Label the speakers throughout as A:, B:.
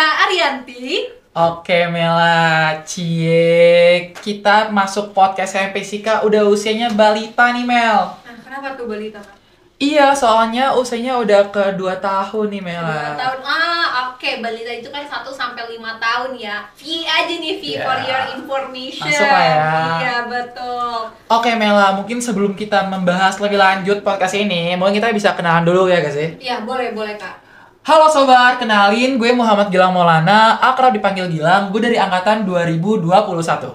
A: Arianti.
B: Oke Mela, cie kita masuk podcast MPSika udah usianya balita nih Mel.
A: Nah, kenapa tuh balita? Kak?
B: Iya, soalnya usianya udah ke 2 tahun nih Mela.
A: Dua tahun. Ah, oke, balita itu kan 1 sampai 5 tahun ya. V aja nih, V
B: Ya.
A: for your information.
B: Masuk lah ya.
A: Iya, betul.
B: Oke Mela, mungkin sebelum kita membahas lebih lanjut podcast ini, mungkin kita bisa kenalan dulu ya guys ya.
A: Iya, boleh, boleh, Kak.
B: Halo sobat, kenalin gue Muhammad Gilang Maulana, akrab dipanggil Gilang, gue dari angkatan 2021.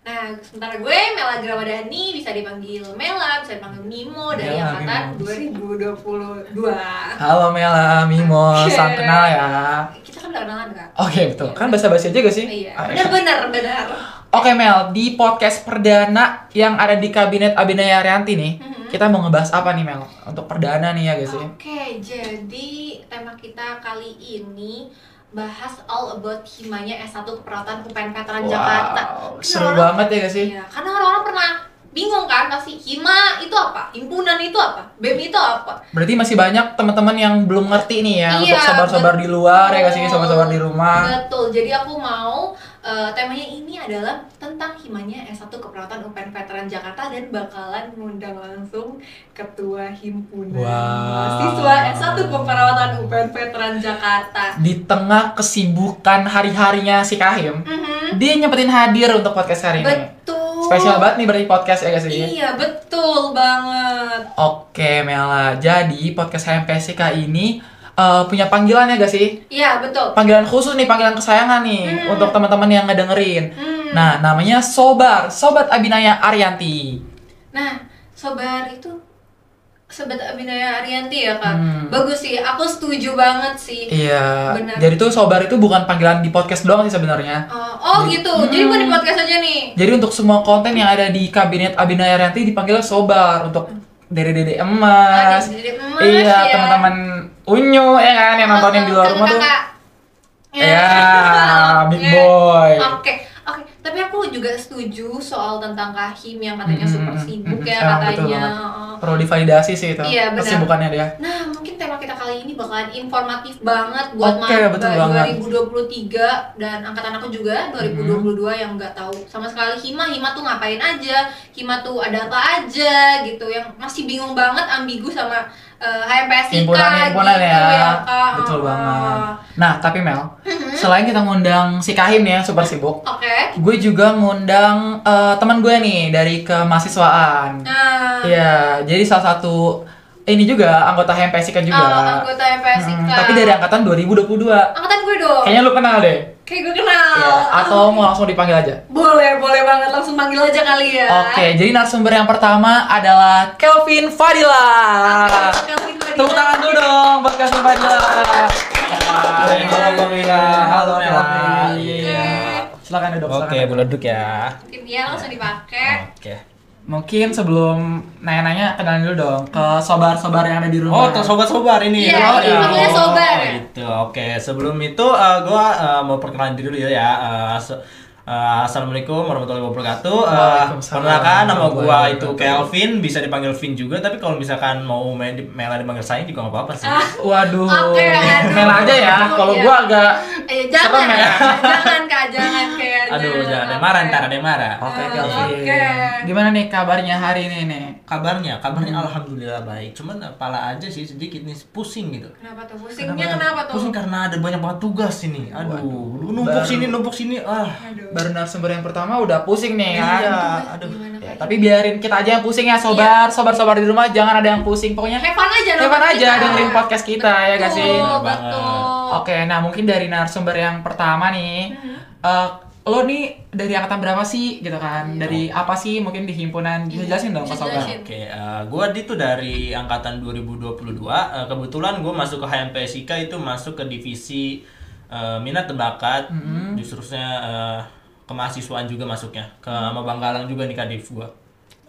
A: Nah, sementara gue Mela Gramadani bisa dipanggil Mela, bisa dipanggil Mimo dari
B: Mela,
A: angkatan
B: Iya Mimo.
A: 2022.
B: Halo Mela, Mimo,
A: Oke.
B: salam kenal ya.
A: Kita kan udah kenalan, Kak?
B: Oke betul, kan bahasa basi aja gak sih?
A: Iya,
B: Ah,
A: benar benar benar.
B: Oke Mel, di podcast perdana yang ada di kabinet Abinaya Arianti nih,
A: Mhm.
B: kita mau ngebahas apa nih Mel? Untuk perdana nih ya guys ya.
A: Oke, jadi tema kita kali ini bahas all about himanya S1 keperawatan UPN Veteran Jakarta.
B: Wow, seru banget ya guys ya.
A: Iya, karena orang-orang pernah bingung kan pasti hima itu apa, himpunan itu apa, bem itu apa.
B: Berarti masih banyak teman-teman yang belum ngerti nih ya
A: Iya,
B: untuk sobar-sobar di luar ya guys ya,
A: betul.
B: sobar-sobar di rumah.
A: Betul. Jadi aku mau eh, temanya ini adalah tentang himanya S1 keperawatan UPN Veteran Jakarta dan bakalan mengundang langsung ketua himpunan
B: Wow.
A: siswa S1 keperawatan UPN Veteran Jakarta.
B: Di tengah kesibukan hari-harinya si Kahim,
A: Mhm.
B: dia nyempetin hadir untuk podcast hari ini.
A: Betul.
B: Iya. Spesial banget nih berarti podcast ya guys ya.
A: Iya, betul banget.
B: Oke Mela, jadi podcast HMPSK ini eh, punya panggilan ya gak sih?
A: Iya, betul.
B: Panggilan khusus nih, panggilan kesayangan nih
A: Hmm.
B: untuk teman-teman yang ngedengerin.
A: Hmm.
B: Nah, namanya Sobar, Sobat Abinaya Arianti.
A: Nah, Sobar itu Sobat Abinaya Arianti ya kak?
B: Hmm.
A: Bagus sih, aku setuju banget sih
B: Iya.
A: Benar.
B: Jadi tuh Sobar itu bukan panggilan di podcast doang sih sebenarnya.
A: Oh, oh
B: Jadi-
A: gitu, jadi buat di
B: Hmm.
A: podcast aja nih
B: Jadi untuk semua konten yang ada di kabinet Abinaya Arianti dipanggil Sobar untuk Dede-dede emas.
A: Ah, Dede-Dede Emas,
B: Iya,
A: ya.
B: teman-teman Unyu ya kan yang nontonin di luar rumah tuh.
A: Kakak-kakak.
B: Ya,
A: Oke.
B: big boy.
A: Oke, oke Tapi aku juga setuju soal tentang Kahim yang katanya
B: Mm,
A: super
B: mm, mm,
A: sibuk
B: mm,
A: ya
B: emang betul
A: katanya
B: banget.
A: Oh.
B: perlu divalidasi sih itu
A: Iya, benar.
B: kesibukannya dia
A: Nah, mungkin tema kita kali ini bakalan informatif banget buat
B: Oke,
A: maba
B: betul banget. Mm-hmm.
A: 2023 dan angkatan aku juga 2022 yang nggak tahu sama sekali hima hima tuh ngapain aja, hima tuh ada apa aja gitu yang masih bingung banget ambigu sama uh, HMPSIK
B: himpunan-himpunan
A: gitu
B: ya,
A: Kak.
B: betul
A: Ah.
B: banget nah tapi Mel
A: Mhm.
B: selain kita ngundang si Kahim nih ya super
A: Hmm?
B: sibuk
A: Oke.
B: gue juga ngundang eh, teman gue nih dari kemahasiswaan
A: Nah,
B: iya jadi salah satu ini juga anggota HMPSIK juga
A: uh, anggota HMPSIK.
B: Hmm, tapi dari angkatan 2022
A: angkatan gue dong.
B: kayaknya lu kenal deh
A: Kayak gue kenal.
B: Iya, atau mau langsung dipanggil aja
A: boleh, boleh banget langsung panggil aja kali ya.
B: Oke, jadi narasumber yang pertama adalah Kelvin Fadila.
A: Kelvin
B: Ah,
A: Fadila.
B: Tepuk tangan dulu dong buat Kelvin Fadila.
C: Hai, halo Bang Mila. Halo, Mela.
B: Iya. Silakan duduk.
C: Oke,
B: silakan.
C: boleh duduk ya.
A: Mungkin dia langsung dipakai.
C: Oke.
B: Mungkin sebelum nanya-nanya kenalan dulu dong ke sobar-sobar yang ada di rumah.
C: Oh, tuh sobat-sobar ini.
A: Iya,
C: Oh,
B: ini
C: iya.
B: panggilnya
C: Oh,
A: sobar.
C: Gitu. Oke, sebelum itu eh, gua eh, mau perkenalan diri dulu ya. Eh, se- eh, Assalamualaikum warahmatullahi wabarakatuh. Eh,
B: Waalaikumsalam
C: Perkenalkan nama gua
B: warahmatullahi
C: itu
B: wabarakatuh.
C: Kelvin, bisa dipanggil Vin juga, tapi kalau misalkan mau main di Mela dipanggil sayang juga nggak apa-apa sih.
B: Waduh.
A: Oke, aduh.
B: Mel aja ya. Kalau
A: Iya.
B: gua agak
A: Eh jangan,
B: Serem ya?
A: jangan kak, jangan kayaknya.
C: Aduh, jangan ada yang marah ntar ada yang marah.
B: Oke,
A: ya. Ah,
B: Kelvin.
A: oke.
B: Gimana nih kabarnya hari ini nih?
C: Kabarnya, kabarnya alhamdulillah baik. Cuman kepala aja sih sedikit nih pusing gitu.
A: Kenapa tuh pusingnya? Kenapa tuh?
C: Pusing karena ada banyak banget tugas ini. Aduh,
B: Waduh,
C: lu numpuk
B: baru-
C: sini, numpuk sini. Ah.
A: Aduh.
B: Baru narasumber yang pertama udah pusing nih kan.
C: Iya.
A: Aduh.
C: aduh.
A: Gimana,
B: Ya,
A: Kak?
B: tapi biarin kita aja yang pusing ya sobar,
A: Iya.
B: sobar-sobar di rumah jangan ada yang pusing. Pokoknya
A: Have fun aja.
B: Have fun
A: nonton
B: aja
A: kita.
B: dengerin podcast kita, ya gak sih?
A: Betul,
C: Benar banget.
A: betul.
B: Oke, nah mungkin dari narasumber yang pertama nih,
A: Mm-hmm.
B: eh, lo nih dari angkatan berapa sih gitu kan? Dari apa sih mungkin di himpunan? Bisa jelasin dong, Pak
A: Iya. Bisa
B: Sobar.
A: jelasin.
C: Oke, eh, gua gue itu dari angkatan 2022. Eh, kebetulan gue masuk ke HMP Sika itu masuk ke divisi eh, minat dan bakat.
A: Mm-hmm. Mm-hmm.
C: Justrusnya eh, kemahasiswaan juga masuknya. Ke sama Bangkalang juga nih kadif gua.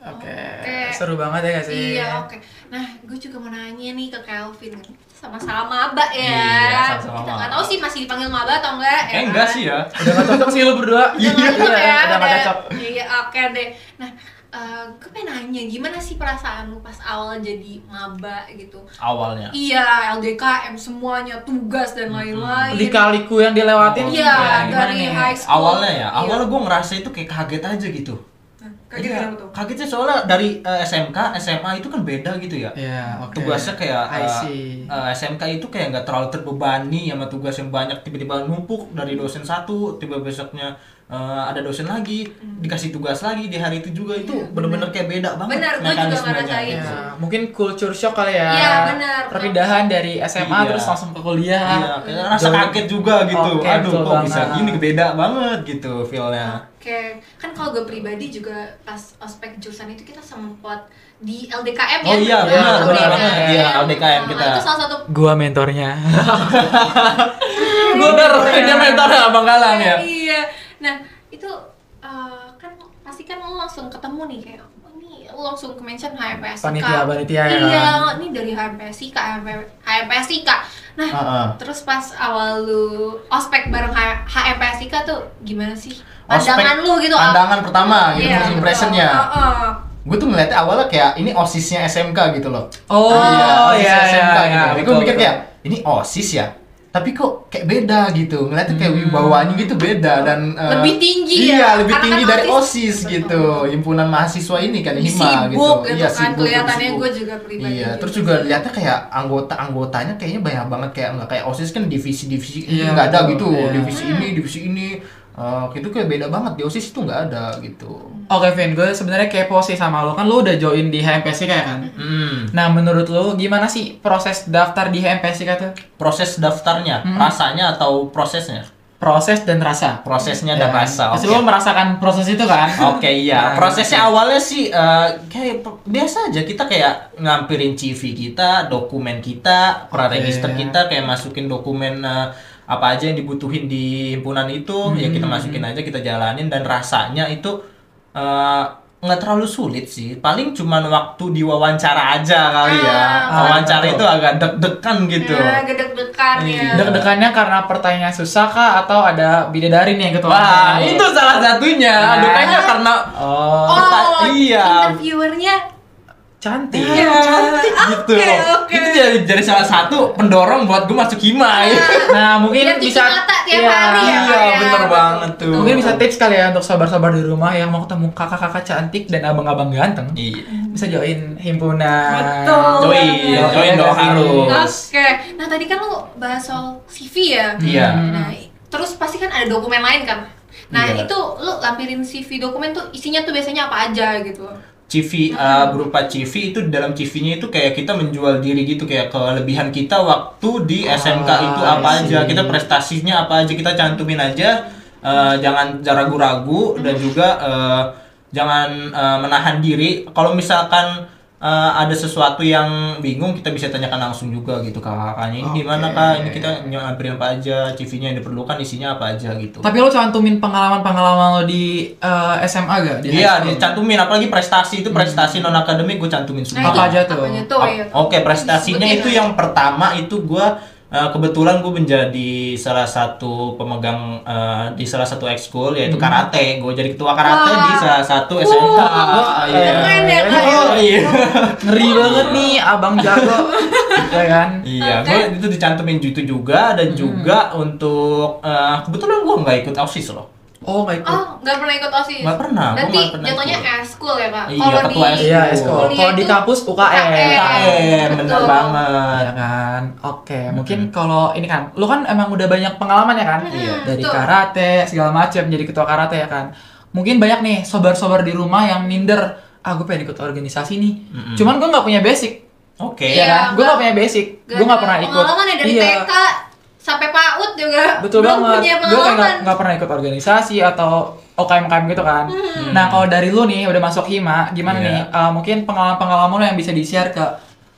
B: Oke,
A: Oke.
B: seru banget ya gak sih?
A: Iya, oke. Nah, gue juga mau nanya nih ke Calvin. Sama-sama Maba ya.
C: Iya, sama-sama
A: Kita
C: Maba.
A: nggak tahu sih masih dipanggil Maba atau kan? enggak.
C: Eh, enggak sih ya.
B: Udah gak cocok sih lu berdua. Iya,
A: Udah nggak cocok ya.
B: Udah gak cocok.
A: Iya, oke deh. Nah, eh, gue pengen nanya gimana sih perasaan lu pas awal jadi Maba gitu?
C: Awalnya.
A: Iya, LDKM semuanya, tugas dan lain-lain.
B: Lika-liku yang dilewatin.
A: Iya,
B: kayak gimana
A: dari
B: nih?
A: high school.
C: Awalnya ya,
A: Iya.
C: awalnya gue ngerasa itu kayak kaget aja gitu.
A: Nah, Kaget
C: Iya,
A: kenapa tuh?
C: Kagetnya soalnya dari eh, SMK, SMA itu kan beda gitu ya.
B: Iya, oke.
C: Tugasnya kayak
B: I
C: eh,
B: see.
C: eh, SMK itu kayak nggak terlalu terbebani sama tugas yang banyak tiba-tiba numpuk dari
B: Hmm.
C: dosen satu, tiba besoknya eh, ada dosen lagi,
A: Hmm.
C: dikasih tugas lagi di hari itu juga itu bener-bener kayak beda banget
A: Bener, Iya, gua juga
C: mekanismenya.
A: ngerasain.
B: Iya, mungkin culture shock kali ya.
A: Iya, benar.
B: Perpindahan dari SMA
C: Iya.
B: terus langsung ke kuliah.
C: Iya, kayak rasa
B: Jauh.
C: kaget juga gitu.
B: Oke,
C: Aduh,
B: betul
C: kok bisa
B: banget.
C: gini beda banget gitu feel-nya.
A: Oke, kan kalau gue pribadi juga pas ospek jurusan itu kita sempat di LDKM
C: Oh iya,
A: Nah,
B: benar, benar banget.
C: Iya, LDKM kita.
A: Nah, Itu salah satu
B: Gua mentornya. Gua bener, dia mentor Abang Galang ya.
A: Iya. Nah, itu eh, kan pasti kan lo langsung ketemu nih kayak oh, ini lo langsung ke mention HMPSIK.
B: Panitia- panitia ya.
A: Iya, ini dari HMPSIK, HMPSIK. Nah,
C: Heeh.
A: terus pas awal lu ospek bareng H- HMPSIK tuh gimana sih?
C: Ospek,
A: Pandangan lu gitu.
C: pandangan pertama
A: Iya,
C: gitu,
A: oh,
C: first
A: betul.
C: impression-nya.
A: Heeh.
C: Gue tuh ngeliatnya awalnya kayak ini osisnya SMK gitu loh.
B: Oh,
C: OSIS
B: iya, iya,
C: SMK
B: iya,
C: gitu. Jadi gue
B: betul,
C: mikir
B: betul.
C: kayak ini osis ya. Tapi kok kayak beda gitu. Ngeliatnya kayak
B: Hmm.
C: wibawanya gitu beda dan eh,
A: Lebih tinggi ya.
C: Iya, lebih
A: Karena
C: tinggi
A: kan
C: dari
A: OSIS.
C: OSIS
A: Betul,
C: gitu. Himpunan mahasiswa ini kan
A: Sibuk
C: hima gitu.
A: gitu kan, kelihatannya
C: sibuk.
A: gue juga pribadi
C: Iya,
A: gitu
C: terus juga lihatnya kayak anggota-anggotanya kayaknya banyak banget kayak nggak kayak OSIS kan divisi-divisi ini
B: Iya,
C: nggak ada
B: betul.
C: gitu.
B: Iya.
C: Divisi ini, divisi ini Eh, itu kayak beda banget di OSIS itu nggak ada gitu.
B: Oke, Vin, gue sebenarnya kepo sih sama lo. Kan lo udah join di HMPSK ya kan?
C: Hmm.
B: Nah, menurut lo gimana sih proses daftar di HMPSK tuh?
C: proses daftarnya,
B: Hmm.
C: rasanya atau prosesnya?
B: Proses dan rasa.
C: Prosesnya dan
B: Ya.
C: rasa.
B: Pasti
C: oke.
B: lo merasakan proses itu kan?
C: Oke
B: Nah,
C: iya, prosesnya
B: gitu.
C: awalnya sih eh, kayak pe- biasa aja kita kayak ngampirin CV kita, dokumen kita, praregister
B: Oke.
C: kita, kayak masukin dokumen eh, apa aja yang dibutuhin di himpunan itu, ya
B: Hmm,
C: kita masukin aja kita jalanin dan rasanya itu eh, nggak terlalu sulit sih, paling cuman waktu diwawancara aja kali ya,
A: Ah,
C: wawancara
B: betul. Iya.
C: itu agak deg-degan gitu.
A: Nah, gedeg-degan ya.
C: Iya.
B: Deg-degannya karena pertanyaan susah kah atau ada bidadari nih yang ketua?
C: Wah, itu salah satunya.
B: Nah.
C: Aduh, kayaknya karena
B: Oh,
A: Oh,
C: Iya.
A: interviewernya
B: cantik.
A: Iya.
C: cantik gitu.
A: oke, oke.
C: Itu jadi, jadi salah satu pendorong buat gue masuk hima. ya.
B: Nah, mungkin
A: Lihat cuci
B: bisa
A: mata tiap
B: Iya.
A: hari ya.
C: Iya,
A: Kayak-
C: bener banget tuh.
B: Mungkin bisa tips kali ya untuk sabar-sabar di rumah yang mau ketemu kakak-kakak cantik dan abang-abang ganteng.
C: Iya.
B: Bisa join himpunan.
A: Betul.
C: Join,
B: banget.
C: join dong
B: Iya.
C: harus.
A: Oke. Nah, tadi kan lu bahas soal CV ya.
C: Iya.
A: Nah, terus pasti kan ada dokumen lain kan. Nah,
C: Iya.
A: itu lu lampirin CV dokumen tuh isinya tuh biasanya apa aja gitu.
C: CV
B: Mm-hmm.
C: uh, berupa CV itu di dalam CV-nya itu kayak kita menjual diri gitu kayak kelebihan kita waktu di SMK itu apa
B: Ah, I
C: aja
B: see.
C: kita prestasinya apa aja kita cantumin aja Uh, jangan jangan ragu-ragu
B: Mm-hmm.
C: dan juga uh, jangan uh, menahan diri kalau misalkan uh, ada sesuatu yang bingung kita bisa tanyakan langsung juga gitu ke kakaknya ini gimana
B: Oke.
C: kak ini kita nyamprin apa aja CV-nya yang diperlukan isinya apa aja gitu
B: Tapi lo cantumin pengalaman-pengalaman lo di eh, SMA gak? Di high
C: Iya,
B: school?
C: dicantumin apalagi prestasi itu prestasi non akademik gue cantumin semua.
B: Hmm. Apa aja tuh?
A: Nah, Apanya tuh ya?
C: Ap- Oke, prestasinya
A: Disebutin
C: itu
A: lah.
C: yang pertama itu gua eh, kebetulan gue menjadi salah satu pemegang eh, di salah satu ekskul yaitu karate. Gue jadi ketua karate
A: Wah.
C: di salah satu SMK.
B: Wah,
C: Iya.
A: keren ya, Kak, ya.
C: Oh, iya.
B: Ngeri banget nih abang jago. ya kan?
C: Iya,
A: Oke.
C: gue itu dicantumin itu juga
A: Hmm.
C: dan juga untuk eh, kebetulan gue nggak ikut OSIS loh.
B: Oh my god.
A: Oh, nggak pernah ikut OSIS.
C: Nggak pernah, gua
A: Berarti
C: nggak pernah
A: jatuhnya
C: ikut.
A: eskul ya, Kak.
C: Iya,
A: Kalau
C: ketua
A: di
C: eskul.
B: Iya, eskul.
A: kuliah
B: Kalau di
A: itu
B: kampus UKM.
C: KM, Iya, bener
A: Eh, betul.
C: banget.
B: Ya kan, oke. Mungkin kalau ini kan, lu kan emang udah banyak pengalaman ya kan,
A: Iya.
B: dari
A: Betul.
B: karate segala macam, jadi ketua karate ya kan. Mungkin banyak nih sobar-sobar di rumah yang minder, ah gue pengen ikut organisasi nih.
C: Mm-mm.
B: Cuman gue nggak punya basic,
C: Oke.
B: ya
A: Iya,
B: kan? Gue nggak
A: nggak-
B: punya basic, gue nggak pernah ikut. Iya,
A: Pengalaman ya dari TK sampai PAUD juga.
B: betul
A: belum
B: banget.
A: punya
B: Gue kayak nggak-
A: pengalaman.
B: nggak pernah ikut organisasi atau OKM-OKM gitu kan. Nah kalau dari lu nih udah masuk hima, gimana
C: Iya.
B: nih? eh, mungkin pengalaman-pengalaman lu yang bisa di share ke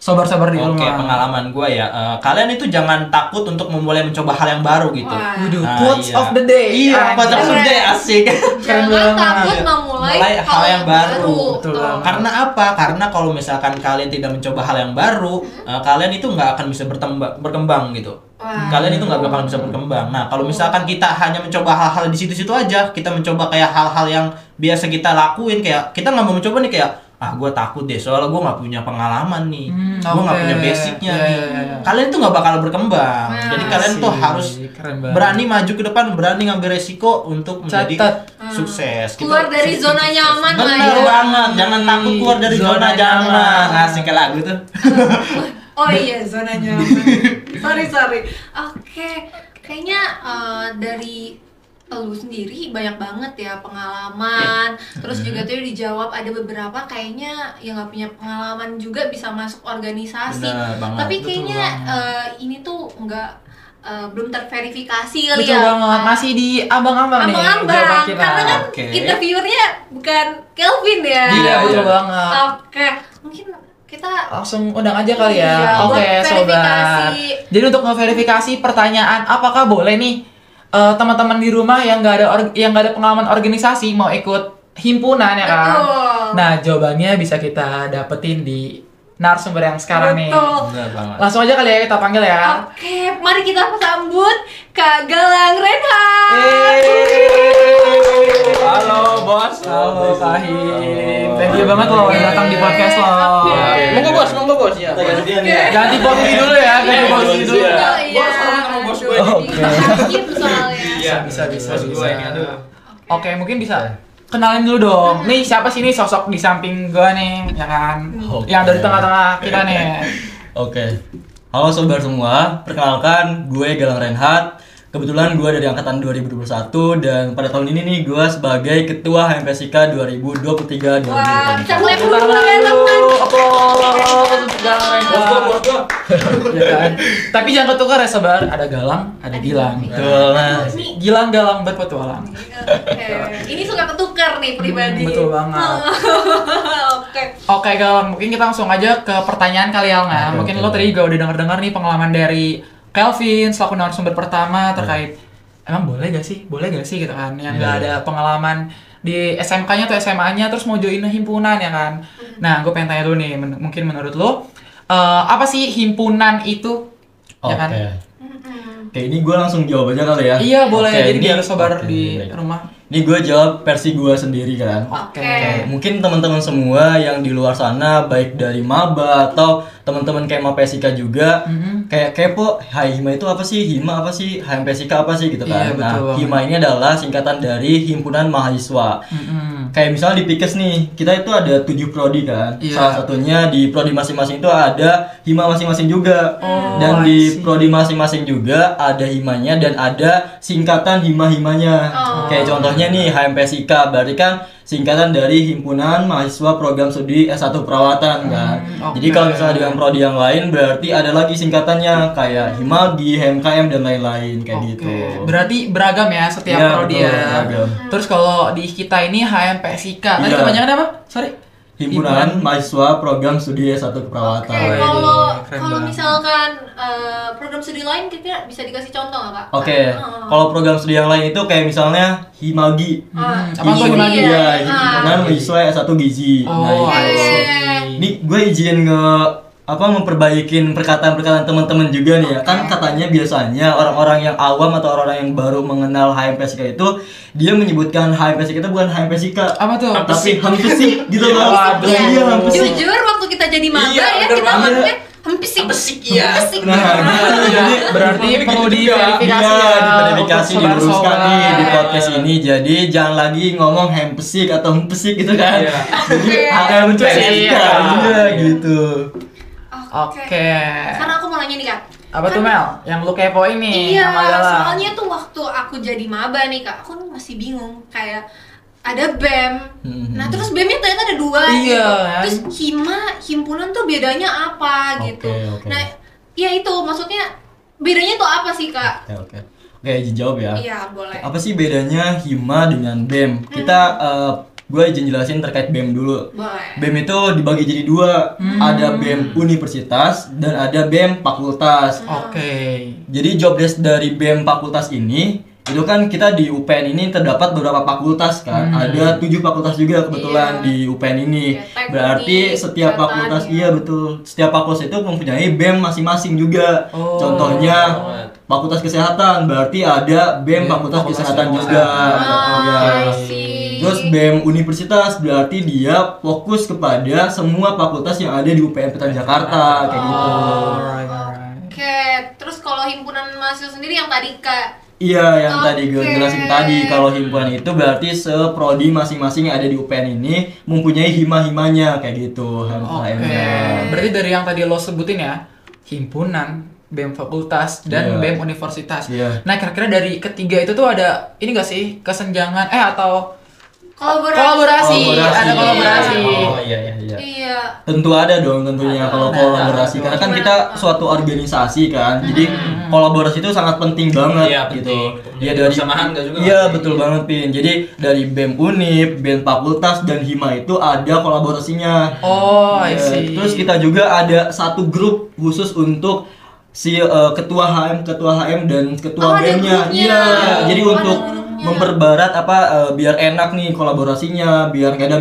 B: Sobar-sobar di
C: Oke,
B: rumah.
C: pengalaman gue ya. eh, kalian itu jangan takut untuk memulai mencoba hal yang baru gitu.
A: Wah.
B: Waduh,
C: Nah,
B: quotes
C: iya.
B: of the day. Ah,
C: Iya,
B: Anjing.
C: quotes of the day asik.
B: Keren
A: Jangan
B: banget.
A: takut
C: Iya.
A: memulai
C: Mulai hal yang baru.
B: Betul
A: Tuh.
B: banget.
C: Karena apa? Karena kalau misalkan kalian tidak mencoba hal yang baru, eh, kalian itu nggak akan bisa bertembak, berkembang gitu.
A: Wah.
C: Kalian itu nggak bakal bisa berkembang. Nah, kalau misalkan kita hanya mencoba hal-hal di situ-situ aja, kita mencoba kayak hal-hal yang biasa kita lakuin, kayak kita nggak mau mencoba nih kayak ah gue takut deh soalnya gue nggak punya pengalaman nih,
B: Hmm,
C: gue nggak
B: oke.
C: punya basicnya
B: Iya,
C: nih.
B: iya, iya.
C: Kalian tuh nggak bakal berkembang.
A: Nah,
C: Jadi kalian tuh
B: Asik.
C: harus
B: Keren banget.
C: berani maju ke depan, berani ngambil resiko untuk menjadi
B: Catat.
C: sukses. Kita-
A: Keluar dari zona nyaman lah
C: Bener
A: ya.
C: banget, jangan takut keluar dari
B: Zona
C: zona,
B: nyaman.
C: nyaman. Asik kayak lagu tuh.
A: Oh iya, zona nyaman. sorry, sorry. Oke, kayaknya eh, dari lu sendiri banyak banget ya pengalaman. Terus juga tuh dijawab ada beberapa kayaknya yang nggak punya pengalaman juga bisa masuk organisasi.
C: Bener banget.
A: Tapi
B: betul
A: kayaknya
B: banget.
A: eh, ini tuh nggak eh, belum terverifikasi kali
B: Betul
A: ya.
B: banget, masih di abang-abang nih. jawaban
A: Abang-abang,
B: kita.
A: karena kan
C: Oke.
A: interviewernya bukan Kelvin ya.
B: Iya, betul
C: Iya.
B: banget.
A: Oke, mungkin kita
B: langsung undang aja kali ya.
A: Iya,
B: Oke,
A: buat
B: sobat.
A: verifikasi.
B: Jadi untuk ngeverifikasi pertanyaan apakah boleh nih eh, teman-teman di rumah yang nggak ada org- yang nggak ada pengalaman organisasi mau ikut himpunan ya kan?
A: Betul.
B: Nah, jawabannya bisa kita dapetin di narasumber yang sekarang nih.
A: Betul.
C: Bener banget.
B: Langsung aja kali ya kita panggil ya.
A: Oke, mari kita sambut Kak Galang Renhard.
B: Yeay.
D: Halo bos.
B: Halo Kahim, thank you
C: Halo.
B: banget lo udah
A: Oke.
B: datang di podcast lo.
A: Oke.
D: Monggo bos, monggo bos ya.
B: Ganti posisi dulu ya, ganti
D: Iya,
B: posisi dulu.
D: iya.
A: Oh, iya.
D: Bos, kamu sama bos gue
A: Aduh,
B: nih.
A: jadi sakit soalnya.
D: Iya,
B: bisa, bisa,
D: Bos
B: bisa.
D: gue ini, aduh.
B: Oke, mungkin bisa kenalin dulu dong. Nih siapa sih nih sosok di samping gua nih, ya kan?
C: Oke.
B: Yang dari tengah-tengah kita nih.
E: Oke. Halo sobat semua, perkenalkan gue Galang Renhat. Kebetulan gue dari angkatan 2021 dan pada tahun ini nih gue sebagai ketua HMPSIKA 2023
A: Wah, bisa
E: 2024.
A: mulai
B: Tepuk tangan
A: ya,
B: dulu.
A: teman.
B: Applause untuk Galang Renhat.
D: Bos gue, bos gue.
B: Ya kan? Tapi jangan ketukar ya sobar, ada Galang, ada Gilang.
E: Betul.
A: Aduh, ini,
B: Gilang Galang berpetualang.
A: oke. Ini suka ketukar nih pribadi.
B: Hmm, betul banget.
A: Oke.
B: Oke Galang, mungkin kita langsung aja ke pertanyaan kali ya, nggak?
E: Oke,
B: Mungkin
E: oke.
B: lo tadi juga udah denger-dengar nih pengalaman dari Kelvin selaku narasumber pertama terkait emang boleh gak sih, boleh gak sih gitu kan? Yang
E: Iya,
B: nggak
E: iya.
B: ada pengalaman di SMK-nya atau SMA-nya terus mau join himpunan ya kan? Nah, gue pengen tanya dulu nih, men- mungkin menurut lo eh, apa sih himpunan itu? Ya kan?
E: Oke.
A: Mm-mm.
E: Oke, ini gue langsung jawab aja kali ya.
B: Iya boleh,
E: Oke,
B: jadi
E: ini-
B: biar sobar
E: oke,
B: di
E: baik.
B: rumah.
E: Ini gue jawab versi gue sendiri kan.
A: Oke.
E: Oke, mungkin teman-teman semua yang di luar sana baik dari maba atau teman-teman kayak MAPSIKA juga
B: Mhm.
E: kayak kepo Hai Hima itu apa sih Hima apa sih HMPSIKA apa sih gitu kan
B: Iya, betul
E: nah
B: banget.
E: Hima ini adalah singkatan dari himpunan mahasiswa
B: Mhm.
E: kayak misalnya di Pikes nih kita itu ada tujuh prodi kan
B: Iya.
E: salah satunya di prodi masing-masing itu ada hima masing-masing juga
B: Oh, I
E: dan di
B: see.
E: prodi masing-masing juga ada himanya dan ada singkatan hima-himanya
A: Oh.
E: kayak contohnya nih HMPSIK berarti kan singkatan dari himpunan mahasiswa program studi S1 perawatan kan
B: Hmm, oke.
E: jadi kalau misalnya dengan prodi yang lain berarti ada lagi singkatannya kayak himagi HMKM dan lain-lain kayak
B: Oke,
E: gitu
B: Berarti beragam ya setiap
E: Iya,
B: prodi
E: betul,
B: ya.
E: beragam.
B: Terus kalau di kita ini HMPSIK. Tadi
E: Iya.
B: kebanyakan apa? Sorry.
E: himpunan mahasiswa program studi S1
A: Oke,
E: keperawatan
A: kalau
B: keren
A: kalau
B: banget.
A: misalkan eh, program studi lain kira-kira bisa dikasih contoh nggak Kak?
E: Oke,
A: Oh.
E: kalau program studi yang lain itu kayak misalnya Himagi.
A: Ah,
B: Apa tuh
A: iya,
B: Himagi?
A: iya.
E: Iya,
A: Ah.
E: himpunan mahasiswa S1 gizi.
B: Oh,
E: Nah,
A: I
E: itu.
A: see.
E: Ini gue izin nge apa memperbaikin perkataan-perkataan teman-teman juga nih ya. Kan katanya biasanya orang-orang yang awam atau orang-orang yang baru mengenal HMPSK itu dia menyebutkan HMPSK itu bukan HMPSK.
B: Apa tuh?
E: Tapi hampesik gitu loh.
B: Waduh.
E: Iya, hampesik.
A: Jujur waktu kita jadi maba ya
D: Iya, bener
A: kita
D: banget.
A: ngomongnya hempesik hempesik iya.
E: Nah, gitu. Jadi
B: berarti
D: Jadi
B: perlu
D: gitu juga.
B: diverifikasi
E: Iya,
B: ya.
E: diverifikasi
B: untuk Iya.
E: diluruskan nih di
B: sobat-sobat.
E: podcast ini. Jadi jangan lagi ngomong hempesik atau hempesik gitu kan.
D: Iya.
E: Jadi
A: Oke.
E: akan mencari
B: Iya.
E: iya gitu.
B: Oke.
A: Karena aku mau nanya nih kak.
B: Apa tuh
A: Kan-
B: Mel? Yang lu kepo ini
A: Iya,
B: sama Galang.
A: soalnya tuh waktu aku jadi maba nih kak, aku masih bingung kayak ada BEM.
E: Mhm.
A: Nah, terus BEM-nya ternyata ada dua
B: Iya,
A: gitu.
B: kan?
A: Terus hima, himpunan tuh bedanya apa
E: Oke,
A: gitu.
E: oke.
A: Nah, ya itu maksudnya bedanya tuh apa sih kak?
E: Oke, oke. Oke, izin jawab ya.
A: Iya, boleh.
E: Apa sih bedanya hima dengan BEM? Kita eh, gue izin jelasin terkait BEM dulu.
A: Boleh.
E: BEM itu dibagi jadi dua,
B: Hmm.
E: ada BEM universitas dan ada BEM fakultas.
B: Oke.
E: Jadi job desk dari BEM fakultas ini itu kan kita di UPN ini terdapat beberapa fakultas kan. Ada tujuh fakultas juga
A: Hmm. Iya.
E: kebetulan di UPN ini.
A: Ya, teknik,
E: Berarti setiap
A: kesehatan,
E: fakultas
A: ya.
E: iya betul. Setiap fakultas itu mempunyai BEM masing-masing juga.
B: Oh.
E: Contohnya fakultas kesehatan berarti ada
B: BEM
E: BEM, fakultas,
B: fakultas
E: kesehatan
B: kesehatan.
E: juga.
A: Ah,
E: Ya.
A: I see.
E: Terus E BEM universitas berarti dia fokus kepada semua fakultas yang ada di UPN Petan Jakarta kayak gitu.
A: Oh,
B: Alright, alright.
A: Oke, terus kalau himpunan mahasiswa sendiri yang tadi Kak
E: Iya, yang tadi gue
A: Oke.
E: jelasin tadi kalau himpunan itu berarti seprodi masing-masing yang ada di UPN ini mempunyai hima-himanya kayak gitu. HM.
B: Oke. Oh, Berarti dari yang tadi lo sebutin ya, himpunan, BEM fakultas dan
E: Iya.
B: BEM universitas.
E: Iya.
B: Nah, kira-kira dari ketiga itu tuh ada ini gak sih kesenjangan eh atau
A: kolaborasi.
B: kolaborasi, ada
E: Kolaborasi.
B: kolaborasi.
C: Oh iya iya iya.
A: Iya.
E: Tentu ada dong tentunya kalau
B: ada, ada.
E: kolaborasi
B: Hmm.
E: karena kan kita suatu organisasi kan. Jadi kolaborasi itu sangat penting banget
C: Iya,
E: gitu.
C: penting.
E: Ya
C: Jadi
E: dari
C: persamaan nggak juga?
E: Iya, betul banget Pin. Jadi dari BEM Unip, BEM Fakultas dan Hima itu ada kolaborasinya.
B: Oh, I
E: Ya,
B: see.
E: Terus kita juga ada satu grup khusus untuk si eh, ketua HM, ketua HM
A: Oh,
E: dan ketua
A: ada
E: BEM-nya.
A: grupnya.
E: Iya. Jadi
A: Oh, ada
E: untuk
A: grupnya.
E: memperbarat apa eh, biar enak nih kolaborasinya, biar gak ada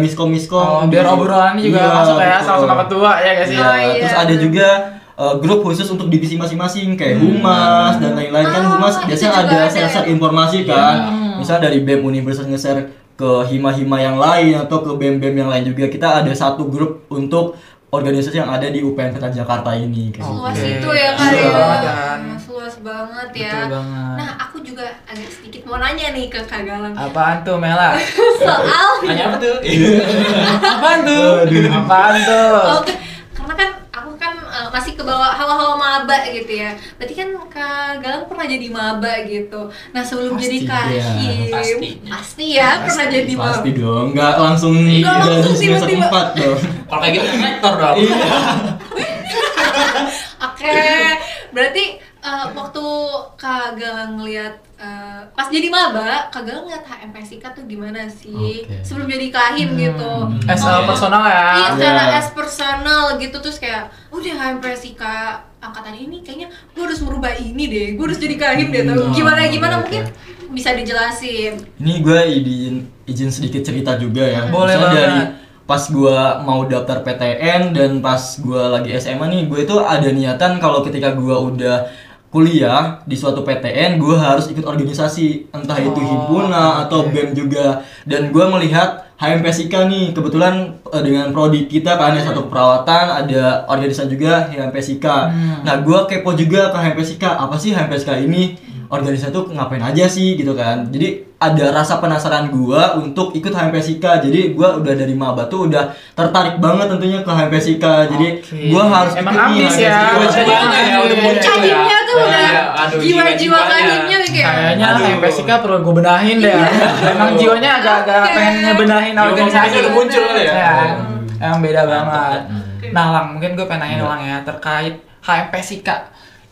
B: Oh,
E: miskom-miskom.
B: biar
E: Gitu.
B: obrolannya juga
E: Iya,
B: masuk ya
E: betul.
B: sama sama ketua ya guys sih?
E: Iya.
A: Oh, iya.
E: Terus ada juga eh, grup khusus untuk divisi masing-masing kayak humas dan lain-lain kan
A: Hmm. Ah,
E: humas
A: itu
E: biasanya
A: juga
E: ada
A: ada ya.
E: share-share informasi kan. Misal dari BEM Universitas nge-share ke hima-hima yang lain atau ke BEM-BEM yang lain juga kita ada satu grup untuk organisasi yang ada di UPN Kota Jakarta ini kayak gitu.
A: Seluas
B: Oke.
A: itu ya Kak
E: Iya.
A: ya.
B: Kan.
A: Seluas banget ya.
B: Betul banget.
A: Nah, aku juga agak sedikit mau nanya nih ke Kak Galang.
B: Apaan tuh Mela?
A: Soal
C: Tanya apa tuh?
E: Iya.
B: Apaan tuh? Apaan tuh?
A: Oke, karena kan aku kan eh, masih ke bawah hawa-hawa maba gitu ya. Berarti kan Kak Galang pernah jadi maba gitu. Nah, sebelum jadi Kahim,
E: Pasti,
C: ya. Pasti.
A: pasti ya pernah jadi maba.
E: Pasti dong, nggak langsung nih
A: Nggak
E: dari
A: langsung
E: semester
A: tiba-tiba.
E: 4 dong.
C: Kalau kayak gitu rektor dong.
A: Oke, berarti eh, waktu Kak Galang ngeliat eh, pas jadi maba, Kak Galang ngeliat HMPSIK tuh gimana sih
E: Oke.
A: sebelum jadi kahim gitu?
B: As a
A: Oh,
B: Hmm. personal ya.
A: Iya, secara
E: Iya.
A: as personal gitu terus kayak udah HMPSIK angkatan ini kayaknya gue harus merubah ini deh, gue harus jadi kahim deh. Tahu
E: Hmm,
A: gimana
E: oke,
A: gimana
E: oke.
A: mungkin bisa dijelasin.
E: Ini gue izin izin sedikit cerita juga ya.
B: Boleh
E: Misalnya
B: banget.
E: dari pas gue mau daftar PTN dan pas gue lagi SMA nih, gue itu ada niatan kalau ketika gue udah kuliah di suatu PTN, gue harus ikut organisasi entah itu
B: Oh,
E: himpunan atau BEM juga. Dan gue melihat HMPSIK nih kebetulan eh, dengan prodi kita kan yang satu perawatan ada organisasi juga HMPSIK.
B: Hmm.
E: Nah, gua kepo juga ke HMPSIK. Apa sih HMPSIK ini? Organisasi itu ngapain aja sih gitu kan. Jadi ada rasa penasaran gua untuk ikut HMPSIK. Jadi gua udah dari maba tuh udah tertarik banget tentunya ke HMPSIK. Jadi
B: Oke.
E: gua harus
B: Emang
E: ikut nih
B: ambis ya.
E: HMPSIK.
B: Udah
E: Jadi-
B: banget ya, udah
A: Mungkin
B: Iya, bocah.
A: kahimnya
B: iya.
A: tuh udah
D: Iya, aduh,
A: jiwa-jiwa
D: jiwa-jiwanya.
A: kahimnya kayak
B: Kayaknya
C: Aduh.
B: HMPSIK perlu gue benahin deh. ya. Emang jiwanya agak-agak
A: Iya. Oke.
B: pengen ngebenahin
E: Iya,
C: Jiwa
B: organisasi.
C: komunikasi udah muncul kali ya?
B: Iya. Emang beda banget.
A: Oke.
B: Nah, Lang, mungkin gue pengen nanya Lang ya terkait HMPSIK.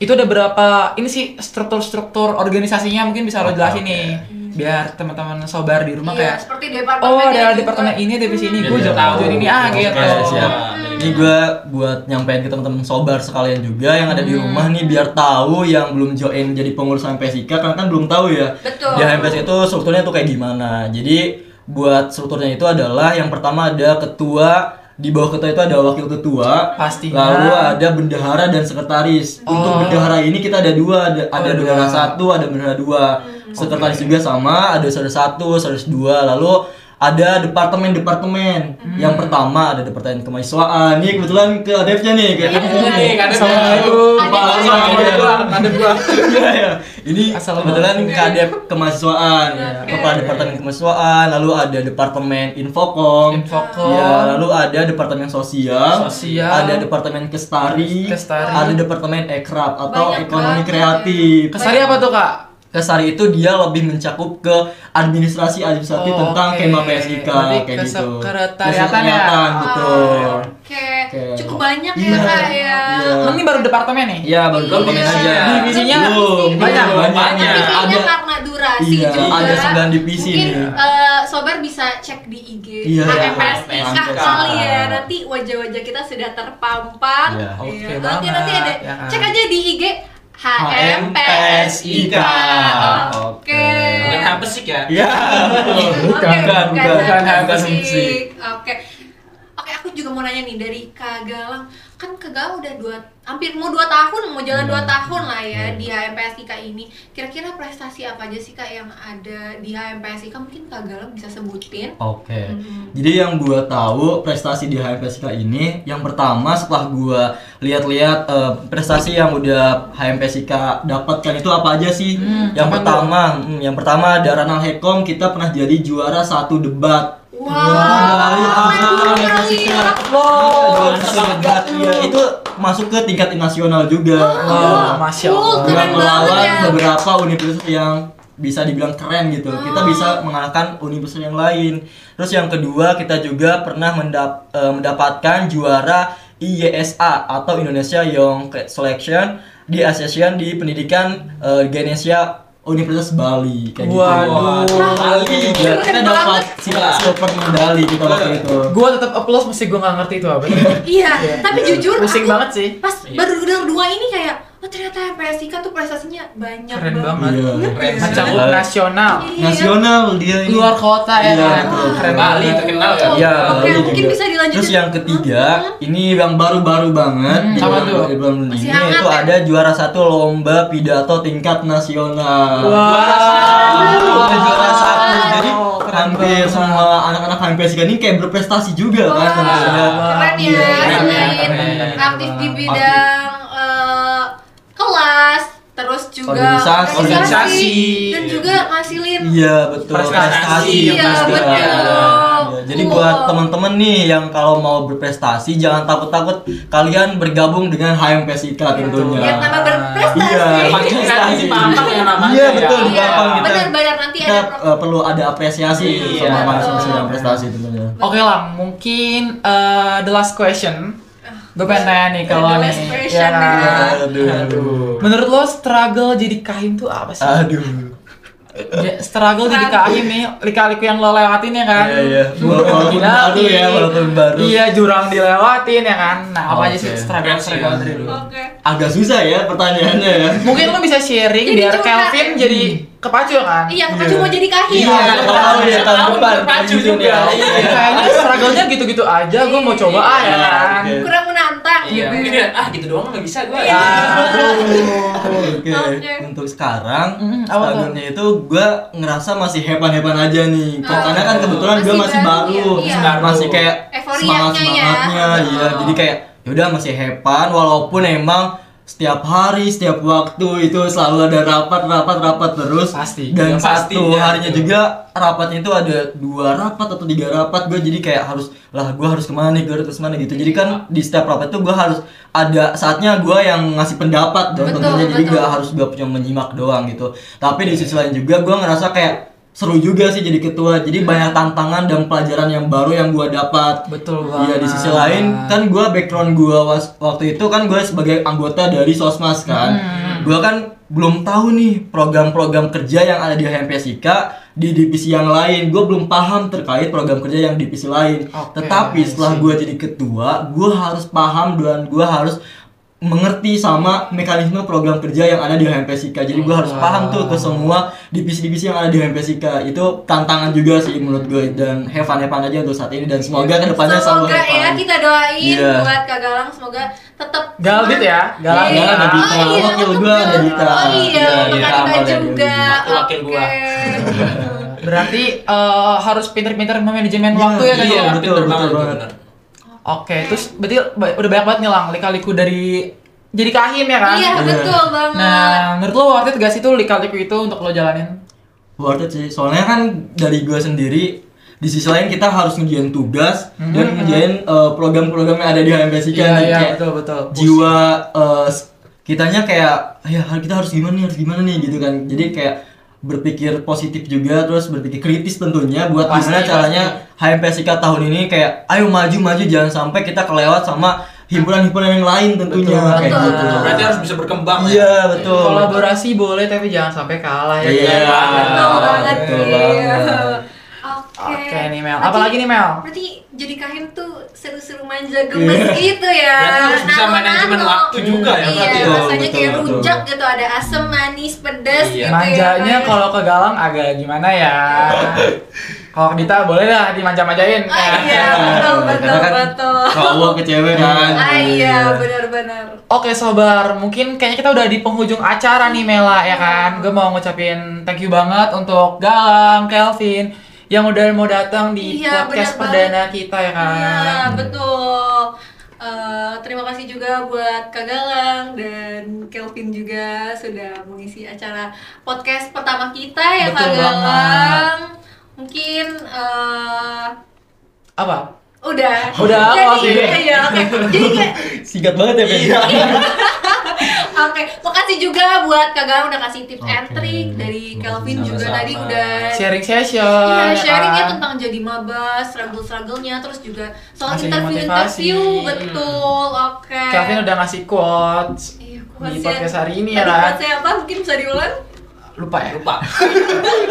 B: Itu ada berapa ini sih struktur-struktur organisasinya mungkin bisa lo
C: Oke,
B: jelasin
C: oke.
B: nih. Biar teman-teman sobar di rumah
A: Iya,
B: kayak
A: seperti
B: Oh,
A: departemen gitu."
B: ada departemen ini, ada divisi ini,
C: Biar
B: gue
C: dia
B: jangan
C: tahu.
B: jadi ini ah
C: Oke,
B: gitu.
E: siap. Ini gue buat nyampein ke teman-teman sobar sekalian juga yang ada di rumah nih biar tahu yang belum join jadi pengurus HMPSIK karena kan belum tahu ya.
A: Betul.
E: Di HMPS itu strukturnya tuh kayak gimana. Jadi buat strukturnya itu adalah yang pertama ada ketua di bawah ketua itu ada wakil ketua,
B: Pastinya.
E: lalu ada bendahara dan sekretaris. Untuk bendahara ini kita ada dua, ada, ada
B: ada
E: bendahara
B: dua.
E: satu, ada bendahara dua.
A: Hmm.
E: Sekretaris juga sama, ada saudara satu, saudara dua, lalu ada departemen-departemen.
A: Hmm.
E: Yang pertama ada departemen kemahasiswaan. Nih kebetulan ke adepnya nih,
A: Iya,
E: ke adep juga nih.
C: Kadep.
B: Assalamualaikum.
E: Iya.
B: Ada gua.
E: Iya ya. Ini
B: Assalamualaikum.
E: kebetulan kadep kemahasiswaan,
A: Iya, Oke.
E: kepala departemen kemahasiswaan, lalu ada departemen infokom,
B: Infokom.
E: ya, lalu ada departemen sosial,
B: Sosial.
E: ada departemen kestari,
B: Kestari.
E: ada departemen ekrab atau
A: Banyak
E: ekonomi
A: banget.
E: kreatif.
B: Kesari apa tuh, Kak?
E: Kesari itu dia lebih mencakup ke administrasi administratif
B: Oh,
E: tentang
B: oke.
E: kema PSIK
B: Berarti
E: kayak gitu.
B: kesekretariatan ya?
E: Kesekretariatan,
A: Ah,
E: betul.
A: Oke,
E: gitu. Oke.
A: cukup banyak ya
E: Iya.
A: kak ya.
E: Iya.
B: Emang Kan Ini baru departemen nih.
E: Iya, baru
A: Iya.
E: baru pengen aja.
B: Divisinya
E: Belum,
B: banyak.
E: belum,
A: Banyak
E: banyaknya.
A: divisinya
E: Ada
A: karena kolaborasi
E: Iya,
A: juga.
E: ada sedang divisi
A: Mungkin
E: nih.
A: eh, sobar bisa cek di IG
E: Iya,
A: HMPS IKA
D: iya. Mantap.
A: kali ya. Nanti wajah-wajah kita sudah terpampang.
E: Iya.
B: Oke
A: Iya. Nanti
B: banget,
A: nanti ada
B: ya kan?
A: cek aja di IG HMPS
E: HMPS
A: IKA. Oke.
D: Bukan apa sih ya?
E: Iya.
A: Oke,
E: bukan, bukan,
A: bukan,
E: bukan,
A: bukan
E: musik.
A: musik. Oke. Oke, aku juga mau nanya nih dari Kak Galang. Kan Kak Galang udah dua, hampir mau dua tahun, mau jalan
E: Iya.
A: dua tahun lah ya di HMPS IKA ini. Kira-kira prestasi apa aja sih Kak yang ada di HMPS IKA? Mungkin Kak Galang bisa sebutin.
E: Oke.
A: Mhm.
E: Jadi yang gua tahu prestasi di HMPSK ini, yang pertama setelah gua lihat-lihat eh, prestasi yang udah HMPSK dapatkan itu apa aja sih?
B: Hmm,
E: yang
B: apa
E: pertama, hmm, yang pertama ada Ranal Hekom kita pernah jadi juara satu debat.
A: Wow,
E: Wah,
A: keren
E: iya.
A: banget.
E: Juara satu debat, iya.
A: Oh.
E: itu masuk ke tingkat nasional juga. Nah,
B: Wah, Oh, Masya Allah.
A: Cool,
E: Gua
A: Oh. keren banget
E: melawan
A: ya.
E: beberapa universitas yang bisa dibilang keren gitu. Kita bisa
A: Oh.
E: mengalahkan universitas yang lain. Terus yang kedua kita juga pernah mendap- eh, mendapatkan juara IYSA atau Indonesia Young Selection di Association di Pendidikan eh, Genesia Universitas Bali kayak
B: Waduh.
E: gitu. Bali. Ya, kita
A: Keren banget.
E: dapat silver silver medali kita waktu itu.
B: Gue tetap applause mesti gue nggak ngerti itu apa.
A: Iya, tapi jujur
B: Pusing
A: aku
B: banget sih.
A: Pas
E: Iya.
A: baru dengar dua ini kayak, oh ternyata HMPS IKA tuh prestasinya banyak
B: Keren
A: banget.
B: banget.
E: Iya.
D: Keren.
B: Macam
E: Iya.
B: nasional.
A: Iya.
E: Nasional dia ini.
B: Luar kota ya
E: Iya,
B: kan.
E: betul.
B: Keren
D: Bali
B: banget.
D: terkenal kan?
E: Iya,
A: Oh, Oke,
E: Bali
A: mungkin
E: juga.
A: bisa dilanjutin.
E: Terus yang ketiga, ini yang baru-baru banget
B: Hmm,
E: di
B: apa tuh?
E: bulan- bulan ini
A: Masih hangat
E: itu
A: ya?
E: ada juara satu lomba pidato tingkat nasional. Lomba juara satu. Jadi
B: Oh, keren
E: hampir
B: banget.
E: semua anak-anak HMPS ini kayak berprestasi juga
A: Wah,
E: kan tentunya.
A: keren ya,
E: Iya,
B: keren,
A: selain
B: keren.
A: aktif di bidang eh, kelas, terus juga
E: Organisasi.
B: Organisasi.
A: dan juga ngasilin
E: Iya betul
B: Prestasi,
A: iya,
E: pasti.
A: betul.
E: Iya, Jadi buat
A: Wow.
E: teman-teman nih yang kalau mau berprestasi jangan takut-takut kalian bergabung dengan HMPS IKA tentunya.
A: biar tambah berprestasi.
E: Iya,
D: Pasti nanti pampang ya namanya.
E: Iya, betul.
A: Iya,
E: gampang kita-
A: benar-benar nanti
E: kita
A: ada pro-
E: eh, perlu ada apresiasi
D: Iya,
E: sama
A: betul.
E: mahasiswa yang prestasi tentunya.
B: Oke lah, mungkin eh, the last question. Gue pengen nanya nih kalau
A: The
B: nih. Iya
A: last question,
B: kan?
A: ya.
E: Aduh.
B: Menurut lo struggle jadi kahim tuh apa sih?
E: Aduh.
B: Ya, struggle jadi kahim nih, lika-liku yang lo lewatin ya kan?
E: Iya, iya. Walaupun
B: Gila,
E: baru ya,
B: nih.
E: walaupun baru.
B: Iya, jurang dilewatin ya kan? Nah, apa aja sih
E: Oke.
B: struggle-struggle
E: Keren sih,
B: dari
E: ya.
B: lo?
A: Oke.
E: Agak susah ya pertanyaannya ya.
B: Mungkin lo bisa sharing
A: Jadi
B: biar
A: curhat.
B: Kelvin jadi
E: Hmm.
B: kepacu ya kan?
A: Iya, Kak cuma jadi kahil.
E: Iya, tahun ya tahun
D: Tahun
E: depan.
D: berpacu
E: Gitu
D: juga.
E: ya.
B: Kayaknya struggle-nya gitu-gitu aja, gue mau coba ah ya
E: Iya,
B: kan?
E: oke.
A: Kurang menantang
D: Iya,
A: gitu.
D: mungkin
A: ya.
D: ya, ah gitu doang nggak bisa gue.
A: Iya.
E: Oke,
A: Oke.
E: untuk sekarang
B: Mm, apa tuh?
E: struggle-nya itu gue ngerasa masih hepan-hepan aja nih. Karena kan kebetulan gue
A: Masih
E: masih
A: baru,
E: baru,
A: iya.
E: Masih baru. masih kayak
A: Euforianya
E: semangat semangatnya,
A: ya.
E: iya. Jadi kayak yaudah masih hepan, walaupun emang setiap hari, setiap waktu itu selalu ada rapat, rapat, rapat terus.
B: Pasti.
E: Dan
D: Yang
E: satu
D: pastinya.
E: harinya
A: Iya.
E: juga rapatnya itu ada dua rapat atau tiga rapat. Gue jadi kayak harus lah gue harus kemana nih, gue harus kemana gitu. Jadi kan di setiap rapat tuh gue harus ada saatnya gue yang ngasih pendapat dong
A: Betul,
E: tentunya jadi
A: betul.
E: gak harus gue cuma menyimak doang gitu tapi di sisi lain juga gue ngerasa kayak seru juga sih jadi ketua jadi
B: Iya.
E: banyak tantangan dan pelajaran yang baru yang gue dapat
B: Betul banget.
E: Iya di sisi lain kan gue background gue waktu itu kan gue sebagai anggota dari sosmas kan
B: Hmm.
E: gue kan belum tahu nih program-program kerja yang ada di HMPSIK di divisi yang lain gue belum paham terkait program kerja yang divisi lain
B: Oke,
E: tetapi
B: I
E: setelah
B: see.
E: gue jadi ketua gue harus paham dan gue harus mengerti sama mekanisme program kerja yang ada di HMPSIK jadi gue harus paham tuh ke semua divisi-divisi yang ada di HMPSIK itu tantangan juga sih menurut gue dan have fun, have fun aja untuk saat ini dan semoga kedepannya selalu
A: Semoga
E: have
A: ya
E: fun
A: kita doain
E: Iya.
A: buat Kak Galang semoga tetap
B: Galbit ya, Galang.
A: Iya.
E: Galang, Dita.
A: Oh iya,
E: Wakil
A: untuk
E: gua ada
A: Galang. Oh
E: Dita.
A: iya,
E: Iya,
A: untuk
E: iya,
A: Kak Dita
E: sama ada
A: juga.
D: Dita. Wakil gua.
A: Oke.
B: Berarti eh, harus pinter-pinter manajemen
E: Iya,
B: waktu ya kan?
E: iya,
B: ya?
E: betul,
D: pinter
E: betul
D: tuh,
E: banget.
D: bener.
B: Oke, terus berarti ba- udah banyak banget nih lang lika-liku dari jadi kahim ya kan?
A: Iya, betul banget.
B: Nah, menurut lo worth it gak sih tuh lika-liku itu untuk lo jalanin?
E: worth it sih soalnya kan dari gue sendiri di sisi lain kita harus ngejain tugas dan ngejain uh, program-program yang ada di
B: Mm-hmm.
E: HMPSIK nih.
B: iya,
E: kan, Kayak
B: betul, betul.
E: jiwa uh, s- kitanya kayak ya kita harus gimana nih harus gimana nih gitu kan jadi
B: Mm-hmm.
E: kayak berpikir positif juga terus berpikir kritis tentunya buat
B: Pasti,
E: gimana caranya HMPSIK tahun ini kayak ayo maju maju jangan sampai kita kelewat sama himpunan-himpunan yang lain tentunya
B: Betul
E: kayak
A: banget.
E: gitu.
D: Berarti harus bisa berkembang ya.
E: Iya betul.
B: Kolaborasi boleh tapi jangan sampai kalah ya.
E: Iya.
A: Betul banget
E: betul
A: Gil.
E: banget.
A: Oke.
B: Oke nih Mel. Apalagi nih Mel?
A: Berarti jadi kahim tuh seru-seru manja gemes gitu ya.
D: Berarti harus bisa
A: Nano-nano.
D: manajemen waktu juga ya,
A: Iya,
D: berarti.
E: Betul,
A: rasanya
E: betul,
A: kayak
E: betul.
A: rujak gitu ada asem, manis, pedas
D: Iya.
A: gitu
B: Manjanya
A: ya.
B: kalau ke Galang agak gimana ya? Kalau Dita boleh ya. lah dimanja-manjain.
A: Ah, iya, betul, betul,
E: Karena kan
A: betul.
B: Iya.
E: Cowok ke cewek kan.
A: Ah, iya, benar-benar.
B: Oke sobar, mungkin kayaknya kita udah di penghujung acara nih Mela ya
A: Iya.
B: kan. Gue mau ngucapin thank you banget untuk Galang, Kelvin yang udah mau datang di
A: Iya,
B: podcast
A: benar
B: perdana kita ya kan.
A: Iya, betul. Eh, terima kasih juga buat Kak Galang dan Kelvin juga sudah mengisi acara podcast pertama kita ya Kak
B: Betul banget.
A: Galang. Mungkin eh,
B: Apa?
A: udah.
B: Udah,
A: Jadi,
B: oke.
A: iya, oke. Jadi kayak
E: Sikat banget ya Ben.
A: Oke, makasih juga buat Kak Galang udah kasih tips and
E: Oke.
A: trick dari Kelvin juga
D: Sama-sama.
A: tadi udah
B: Sharing session. ya
A: Iya, sharingnya
B: kan?
A: tentang jadi maba, struggle-strugglenya, terus juga soal
B: Ngasih
A: interview-interview,
B: motivasi.
A: betul, oke.
B: Kelvin udah ngasih quotes
A: Iya,
B: di
A: kuasnya-
B: podcast hari ini ya
A: Tadi
B: kan.
A: kuasnya apa? Mungkin bisa diulang?
B: Lupa ya.
D: lupa.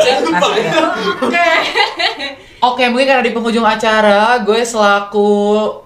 D: Saya lupa.
B: Asik ya.
A: Oke.
B: Oke, mungkin karena di penghujung acara, gue selaku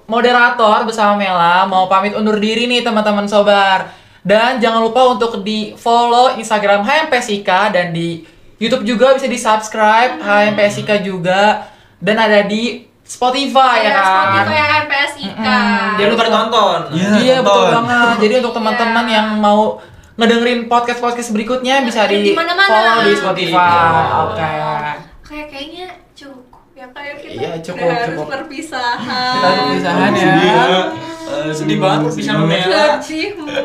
B: moderator bersama Mela mau pamit undur diri nih teman-teman sobar. Dan jangan lupa untuk di follow Instagram HMPSIK dan di YouTube juga bisa di subscribe HMPSIK juga dan ada di Spotify ya
A: Ya,
B: kan.
A: Spotify akan PSIK.
B: Mm-mm.
D: Jangan lupa ditonton.
E: Iya,
B: Iya betul
E: nonton.
B: banget. Jadi untuk teman-teman
A: Iya.
B: yang mau ngedengerin podcast podcast berikutnya bisa
A: Di
B: di
A: mana-mana.
B: follow di Spotify.
D: Iya.
B: Oke.
A: Oh, Kayak kayaknya cukup ya kayak kita
B: Iya,
A: udah
B: cukup,
A: harus
B: cukup.
A: perpisahan.
B: Kita perpisahan ya.
E: Sedih ya. Eh,
D: Sedih banget perpisahan sama Mel.
A: Gaji. hmm.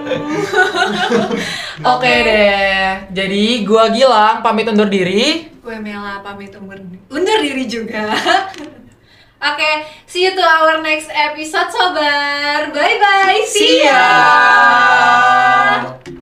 B: Oke deh. Jadi gua Gilang pamit undur diri.
A: Gue Mela pamit undur, undur diri juga. Oke, see you to our next episode sobar. Bye bye. See ya.